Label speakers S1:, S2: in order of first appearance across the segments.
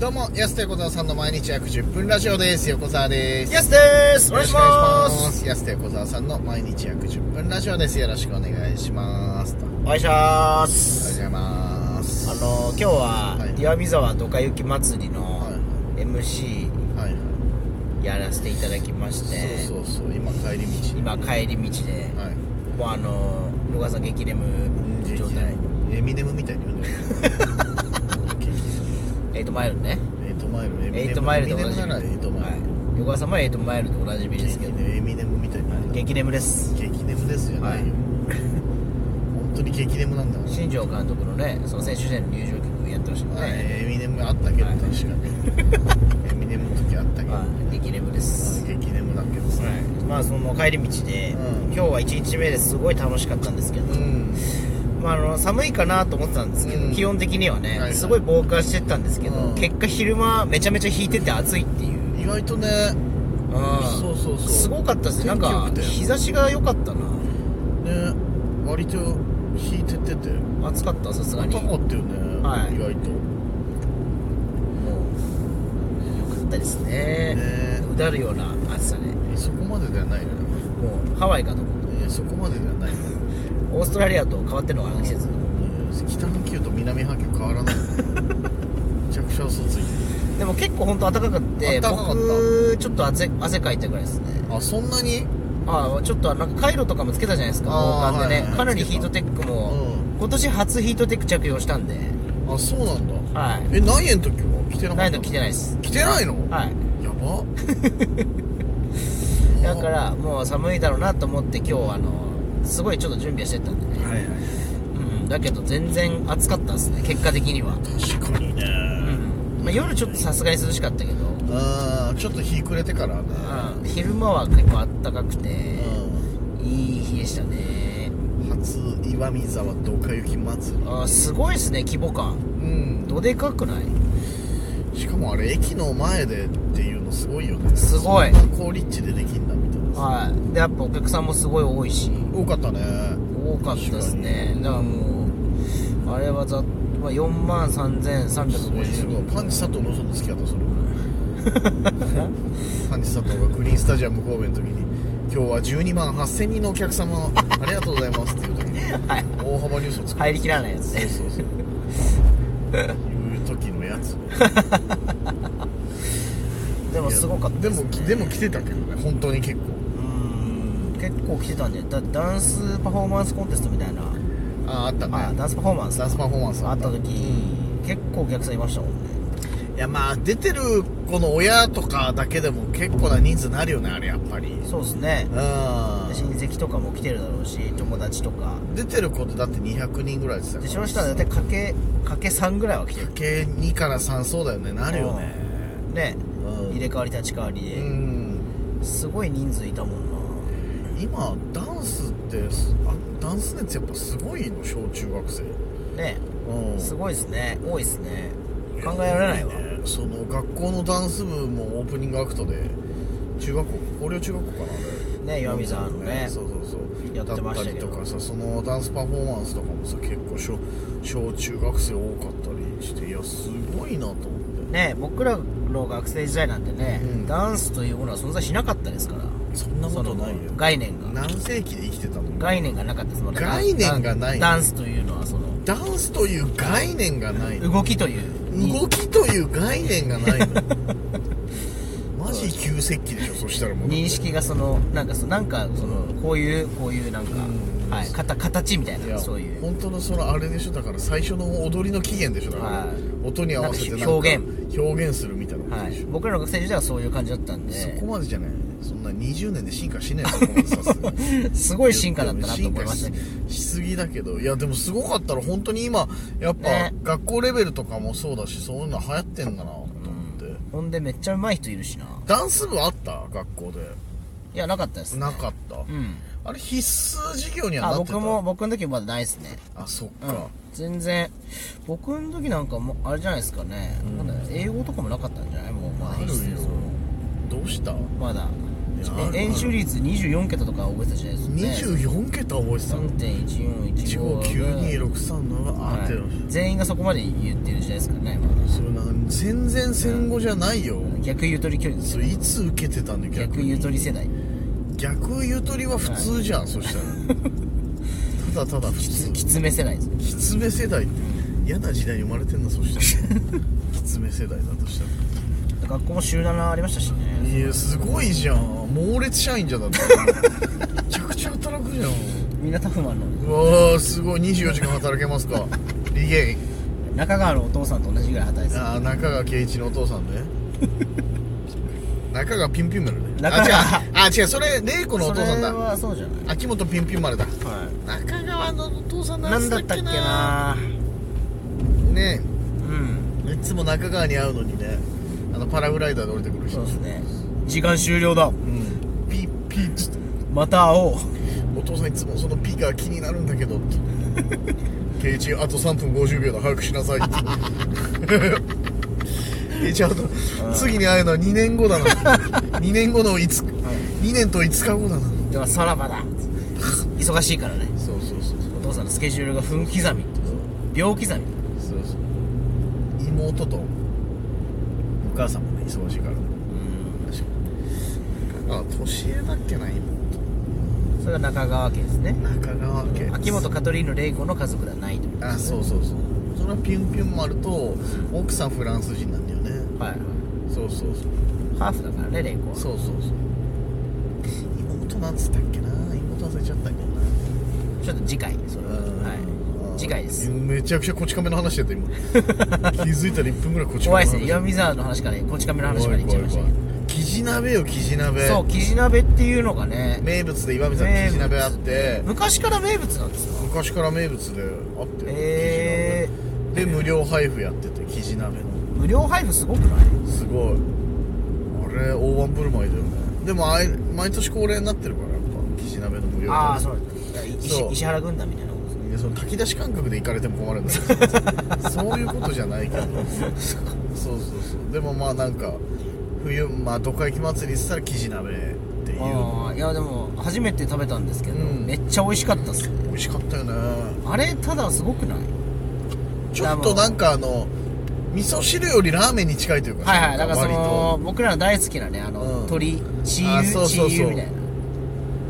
S1: どうも、安手小沢さんの毎日約10分ラジオです。横澤です。
S2: イエスですお願いしま
S1: よろし
S2: す
S1: くお願いし安手小沢さんの毎日約10分ラジオです。よろしくお願いします。と
S2: お願いしま
S1: おはようご
S2: す
S1: ざいます。
S2: あの今日
S1: は
S2: はい岩見沢ドカ雪祭りの
S1: は
S2: MC
S1: はいはい。
S2: やらせていただきまして
S1: そうそうそう、今帰り道。
S2: 今帰り道で
S1: はい。
S2: もうあのロガサ激レム状態
S1: エミネムみたいに言うんだよ。
S2: エイトマイルね
S1: エイトマイル、エミネム
S2: エイトマイルと
S1: エ
S2: 同
S1: ミ
S2: じ
S1: ネムならエイトマイル。
S2: はい横川さんもエイトマイルと同じ日ですけど
S1: エミネムみたいに言うんだよ
S2: 激レムです
S1: 激ネムですよね。
S2: はい
S1: 本当に激ネムなんだよ。
S2: 新庄監督のねその選手時代の入場曲やってましたもん
S1: はい、
S2: ね
S1: エミネムあったけど、
S2: はい
S1: 確かにエミネムの時あったけど、
S2: はい激レムです
S1: 激ネムだけどさ、
S2: はい、まあその帰り道で、
S1: うん
S2: 今日は1日目ですごい楽しかったんですけど、
S1: うん
S2: まあ、あの寒いかなと思ってたんですけど、
S1: うん
S2: 気温的にはね、
S1: はいはい
S2: すごい防寒してったんですけど、
S1: うん
S2: 結果昼間めちゃめちゃ引いてて暑いっていう、
S1: 意外とね
S2: うん
S1: そうそうそう
S2: すごかったですねなん
S1: 天気良
S2: か
S1: くて
S2: 日差しが良かったな
S1: ね割と引いてってて
S2: 暑かったさすがに
S1: 高かったよね、
S2: はい
S1: 意外と
S2: もう良かったですね
S1: ね
S2: うだるような暑さでも
S1: そこまでではないよね
S2: うハワイかと思っ
S1: いやそこまでではないよね
S2: たオーストラリアと変わってるのかな季節
S1: 北半球と南半球変わら ないめちゃくちゃ嘘ついて
S2: でも結構本当暖かくって
S1: 暖かかった
S2: 僕ちょっと汗汗かいたぐらいですね
S1: るあそんなに
S2: ああちょっとなんかカイロとかもつけたじゃないですか
S1: あー
S2: 防寒でね、
S1: はいはい
S2: かなりヒートテックも、
S1: う
S2: 今年初ヒートテック着用したんで
S1: んあそうなんだ
S2: はい
S1: え何円の時は来てなか
S2: な
S1: った
S2: いの着てないです
S1: 着てないの
S2: はい
S1: やば
S2: だからもう寒いだろうなと思って今日あのすごいちょっと準備はしてたんでね、
S1: はいはい
S2: うん、だけど全然暑かったですね結果的には、
S1: 確かにね
S2: うんまあ、夜ちょっとさすがに涼しかったけど、
S1: あーちょっと日暮れてからね
S2: うん、昼間は結構暖かくて
S1: う
S2: いい日でしたね
S1: ん初岩見沢ドカ雪祭り
S2: あーすごいですね規模
S1: う
S2: 感
S1: ん
S2: どでかくない
S1: しかもあれ駅の前でっていうのすごいよね
S2: すごい
S1: そんな高立地でできんだみたいな
S2: はいでやっぱお客さんもすごい多いし
S1: 多かったね
S2: 多かったですねだからもうあれはざ、まあ、4万
S1: すごいす
S2: 3350
S1: ごいパンチ佐藤の嘘の付き合った それパンチ佐藤がグリーンスタジアム神戸の時に今日は12万8000人のお客様ありがとうございますっていう時に
S2: はい
S1: 大幅に嘘つく
S2: 入りきらないやつね
S1: そうそうそういう時のやつ
S2: でもすごかった
S1: で,、
S2: です、ね、
S1: もでも来てたけどね本当に結構
S2: うん結構来てたんでだダンスパフォーマンスコンテストみたいな、
S1: ああったね
S2: あダンスパフォーマンス
S1: ダンスパフォーマンス
S2: あった時結構お客さんいましたもんね
S1: いやまあ出てる子の親とかだけでも結構な人数になるよねあれやっぱりうん
S2: そうですねで親戚とかも来てるだろうし友達とか
S1: 出てる子ってだって200人ぐらいでした
S2: でその人は大体かけかけ3ぐらいは来てる
S1: 計2から3そうだよねなるよね
S2: ね
S1: うん
S2: 入れ替わり立ち替わり
S1: う
S2: で、
S1: ん
S2: すごい人数いたもんな
S1: 今ダンスってすあダンス熱やっぱすごいの小中学生
S2: ね
S1: うん
S2: すごいですね多いですね考えられないわ
S1: ねその学校のダンス部もオープニングアクトで中学校高陵中学校かなあれ
S2: ね岩見沢のね
S1: そうそうそう
S2: やってましたけど
S1: だったりとかさそのダンスパフォーマンスとかもさ結構小小中学生多かったりしていやすごいなと思って
S2: ね僕らの学生時代なんてね、
S1: うん
S2: ダンスというものは存在しなかったですから
S1: そんなことないよ
S2: その概念が
S1: 何世紀で生きてたの
S2: 概念がなかったですもん
S1: 概念がない
S2: ダンスというのはその
S1: ダンスという概念がないの
S2: 動きという
S1: 動きという概念がない のマジ旧石器でしょそしたらもう
S2: 認識がそのなんかそのなんかそのこういうこういうなんか、
S1: うん
S2: はい、かた形みたい
S1: い
S2: な
S1: や
S2: そういう
S1: 本当のそのあれでしょだから最初の踊りの起源でしょだから、
S2: は
S1: 音に合わせてなんか
S2: 表
S1: 表現するみたいなこと
S2: は
S1: で
S2: い
S1: し、ょ、
S2: 僕らの学生時代はそういう感じだったん
S1: そこ
S2: で
S1: までじゃないそんな20年で進化し ないよそこまでさすがに
S2: すごい進化だったなと思いましたけど
S1: 進化ししすぎだけどいやでもすごかったら本当に今やっぱ、
S2: ね
S1: 学校レベルとかもそうだしそういうの流行ってんだなと思って、
S2: ほんでめっちゃ上手い人いるしな
S1: ダンス部あった学校で
S2: いやなかったですね
S1: なかった、
S2: うん
S1: あれ必須授業には
S2: あ
S1: なってた
S2: 僕も僕の時まだないですね
S1: あそっ
S2: う
S1: か、
S2: ん全然僕の時なんかもうあれじゃないですかね、なんだろう英語とかもなかったんじゃないもうま
S1: あ
S2: だ
S1: るよどうした
S2: まだ
S1: や
S2: え円周率24桁とか覚えてたじゃないですか、ね、
S1: 24桁覚えてたの159263あ
S2: 3.1415
S1: って
S2: はい全員がそこまで言ってる時代ですからね、ま
S1: それなん戦前戦後じゃないよ
S2: あ、逆ゆとり距離です
S1: そ
S2: よ
S1: れいつ受けてたんだよ
S2: 逆
S1: 逆
S2: ゆとり世代
S1: 逆ゆとりは普通じゃん、そしたらただただ普
S2: き つ
S1: 通
S2: きつめ世代です
S1: きつめ世代って嫌な時代に生まれてんだそしたら きつめ世代だとしたら
S2: 学校も週7ありましたしね
S1: いやすごいじゃん猛烈社員じゃんだってめちゃくちゃ働くじゃん
S2: みんなタフマンの
S1: うわーすごい24時間働けますかリゲイン
S2: 中川のお父さんと同じぐらい働いてた
S1: ああ中川圭一のお父さんね 中川ピンピン丸ね
S2: 中
S1: あ
S2: 川
S1: 違うあ違うそれ玲子のお父さん
S2: それ
S1: だ
S2: はそうじゃない
S1: 秋元ピンピン丸だ
S2: は
S1: 中川のお父さん
S2: 何だったっけな
S1: ね
S2: うん
S1: えいつも中川に会うのにねあのパラグライダーで降りてくる
S2: そ
S1: 人
S2: うですね時間終了だ
S1: うんピッピッつって
S2: また会おう
S1: お父さんいつもそのピが気になるんだけどって 圭一あと3分50秒だ早くしなさいって 圭一あと次に会うのは2年後だな 2年後のいつ2年と5日後だな
S2: ではさらばだい忙しいからね
S1: そうそうそう
S2: お父さんのスケジュールが分刻み秒刻み
S1: そうそう妹とお母さんもね忙しいからねあ年上だっけな妹
S2: それが中川家ですね
S1: 中川家
S2: 秋元カトリーヌ玲子の家族ではないという
S1: あそうそうそうそれはピュンピュン丸と奥さんフランス人なんだよね
S2: はいはい
S1: そうそうそう
S2: ハーフだからね玲子は
S1: そうそうそう妹なんつったっけな妹忘れちゃったけどな
S2: ちょっと次回それははい次回です
S1: めちゃくちゃこち亀の話やった 今気づいたら1分ぐらいこち
S2: 怖
S1: 亀の話
S2: いですね岩見沢の話からこち亀の話までいっちゃいましたけど
S1: キジ鍋よキジ鍋
S2: そうキジ鍋っていうのがね
S1: 名物で岩見さんキジ鍋あって
S2: 昔から名物なんですよ
S1: 昔から名物であって
S2: へえ
S1: キジ鍋で無料配布やっててキジ鍋の
S2: 無料配布すごくない
S1: すごいあれ大盤振る舞いだよねでもあい毎年恒例になってるからやっぱキジ鍋の無料
S2: ああ
S1: う
S2: そうなんだい石
S1: そう
S2: 石原軍団みたいなことですね
S1: その炊き出し感覚で行かれても困るんだけ どそういうことじゃないけどそうそうそうでもまあなんか冬まあどっか行き祭りって言ったらキジ鍋っていう
S2: ああいやでも初めて食べたんですけど、
S1: うん
S2: めっちゃ美味しかったっす
S1: 美味しかったよね
S2: あれただすごくない
S1: ちょっとなんかあの味噌汁よりラーメンに近いというか
S2: はいはいだからそ
S1: 割と
S2: の僕らの大好きなねあの、
S1: うん
S2: 鶏チ
S1: あ
S2: ー
S1: そ
S2: 油
S1: う
S2: チ
S1: そうそう
S2: ー油みたいな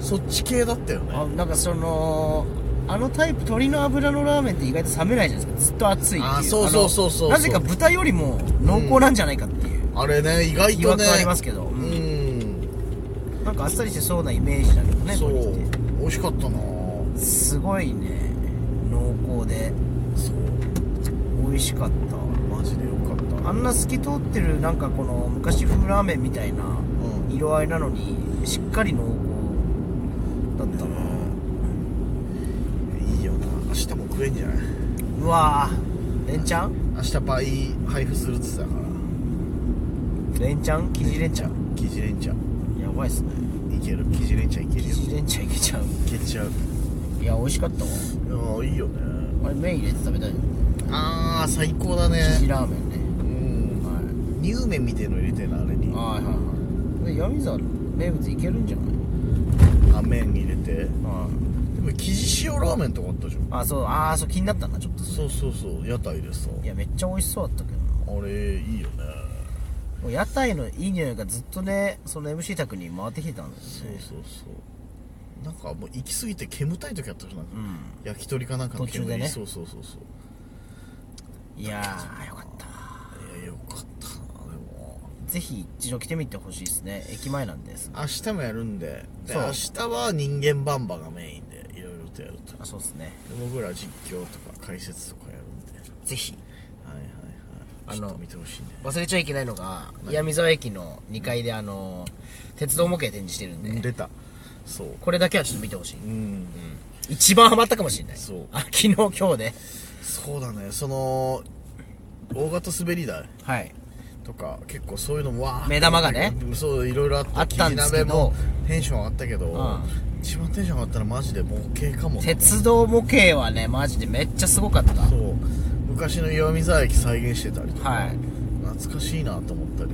S1: そっち系だったよね
S2: あなんかそのあのタイプ鶏の油のラーメンって意外と冷めないじゃないですかずっと熱いっていう
S1: あそうそうそうそう
S2: あのなぜか豚よりも濃厚なんじゃないかっていう、
S1: あれね意外
S2: 疑
S1: と
S2: 惑
S1: ね
S2: ありますけど、
S1: う
S2: うん
S1: ん
S2: なんかあっさりしてそうなイメージだけどね
S1: そう
S2: これって
S1: 美味しかったな
S2: すごいね濃厚で
S1: そう
S2: 美味しかった
S1: マジでよかった
S2: あんな透き通ってるなんかこの昔風ラーメンみたいな
S1: うん
S2: 色合いなのにしっかり濃厚だったな、
S1: いいよな明日も食えんじゃないう
S2: わぁレンチャン
S1: 明日倍配布するっつってたから
S2: レンチャン生地レンチャン
S1: キジレンチャ
S2: やばいっすね
S1: ンいけるキジレンチャンいける
S2: 生
S1: よ
S2: 地レンチャンいけちゃう
S1: いけちゃう
S2: いや美味しかったわ
S1: ああいいよね
S2: あれ麺入れて食べたい
S1: ああ最高だ
S2: 生地
S1: ね
S2: ラーメン
S1: う
S2: ね
S1: ん
S2: は
S1: 乳麺みてえの入れてえなあれ
S2: い
S1: に
S2: はいはいはい闇沢の名物いけるんじゃない
S1: あ麺入れて
S2: あ
S1: でもキジ塩ラーメンとかあったじゃん
S2: あそうああそう気になったなちょっと
S1: そうそうそう屋台でさ
S2: いやめっちゃ美味しそうだったけどな
S1: あれいいよね
S2: もう屋台のいい匂いがずっとねその MC 宅に回ってきてたんです
S1: そう
S2: よね
S1: そうそうなんかもう行き過ぎて煙たい時あったじゃんなんか
S2: うん
S1: 焼き鳥かなんかの
S2: 途中でね
S1: そうそうそうそう
S2: いやーよかったない
S1: やよかったなでも
S2: ぜひ一度来てみてほしいですね駅前なんです
S1: 明日もやるんでで
S2: そう
S1: 明日は人間バンバがメインでいろいろとやるとで
S2: あそうですね
S1: 僕ら実況とか解説とかやるんで
S2: ぜひ
S1: はいはいは
S2: あ
S1: い
S2: の
S1: ちょっと見てほしいね
S2: 忘れちゃいけないのが岩見沢駅の2階であの鉄道模型展示してるんで、
S1: 出たそう
S2: これだけはちょっと見てほしい、
S1: うん
S2: 一番ハマったかもしれない
S1: そう
S2: あ昨日今日で
S1: そうだねその大型滑り台
S2: はい
S1: とか結構そういうのもわー
S2: 目玉がね
S1: そういろいろあった
S2: あったんですけど
S1: キジ鍋もテンション上がったけど、
S2: う
S1: 一番テンション上がったのはマジで模型かもね
S2: 鉄道模型はねマジでめっちゃすごかった
S1: そう昔の岩見沢駅再現してたりとか、
S2: はい
S1: 懐かしいなと思ったり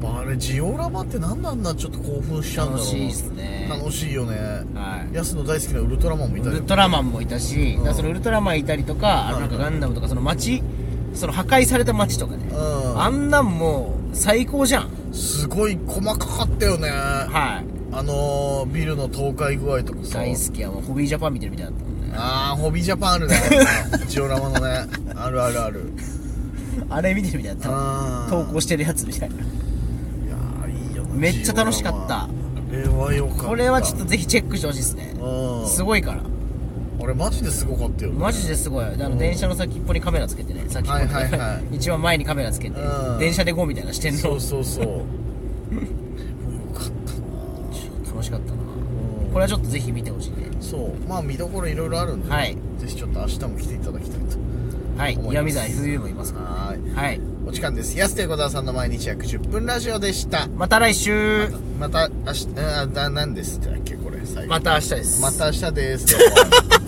S1: ぱあれジオラマって何なんだちょっと興奮しちゃうんだろうな
S2: 楽しいっすね
S1: 楽しいよね
S2: はい
S1: ヤスの大好きなウルトラマンもい
S2: ウ
S1: た
S2: ル
S1: よ
S2: トラマンもいた
S1: う
S2: し、
S1: ん
S2: だからそのウルトラマンいたりとか、あのなんかガンダムとか、その街、その破壊された街とかね、
S1: うん
S2: あんなんもう最高じゃん。
S1: すごい細かかったよねあ
S2: はい。
S1: のー、ビルの倒壊具合とかさ
S2: 大好きや、もうホビージャパン見てるみたいだったもん ね。
S1: ああホビージャパンある ねジオラマのねあるあるある
S2: あれ見てるみたいだったもん。
S1: あ
S2: 投稿
S1: し
S2: してるやつみたいな。
S1: いやーいいよな
S2: めっちゃ楽しかった
S1: ジオラマあれはよかった
S2: これはちょっとぜひチェックしてほしいですね。
S1: うん
S2: すごいから。
S1: 俺マジですごかったよ
S2: マジですごい。あの、電車の先っぽにカメラつけてね、先っぽ
S1: はい
S2: に
S1: はいは。
S2: 一番前にカメラつけて
S1: う、ん
S2: 電車で GO みたいなしてん
S1: そ
S2: の
S1: う。そう そうよかったな
S2: 楽しかったな。
S1: うん
S2: これはちょっとぜひ見てほしいね。
S1: そうまあ見どころいろいろあるんで、
S2: はい
S1: ぜひちょっと明日も来ていただきたいと
S2: はい。
S1: 思います
S2: 闇沢 FU もいますか
S1: はーい
S2: ら。はい。
S1: お時間です安手小沢さんの毎日約10分ラジオでした
S2: また来週
S1: また明日あだなんですってだっけこれ最後
S2: また明日です
S1: また明日ですどうも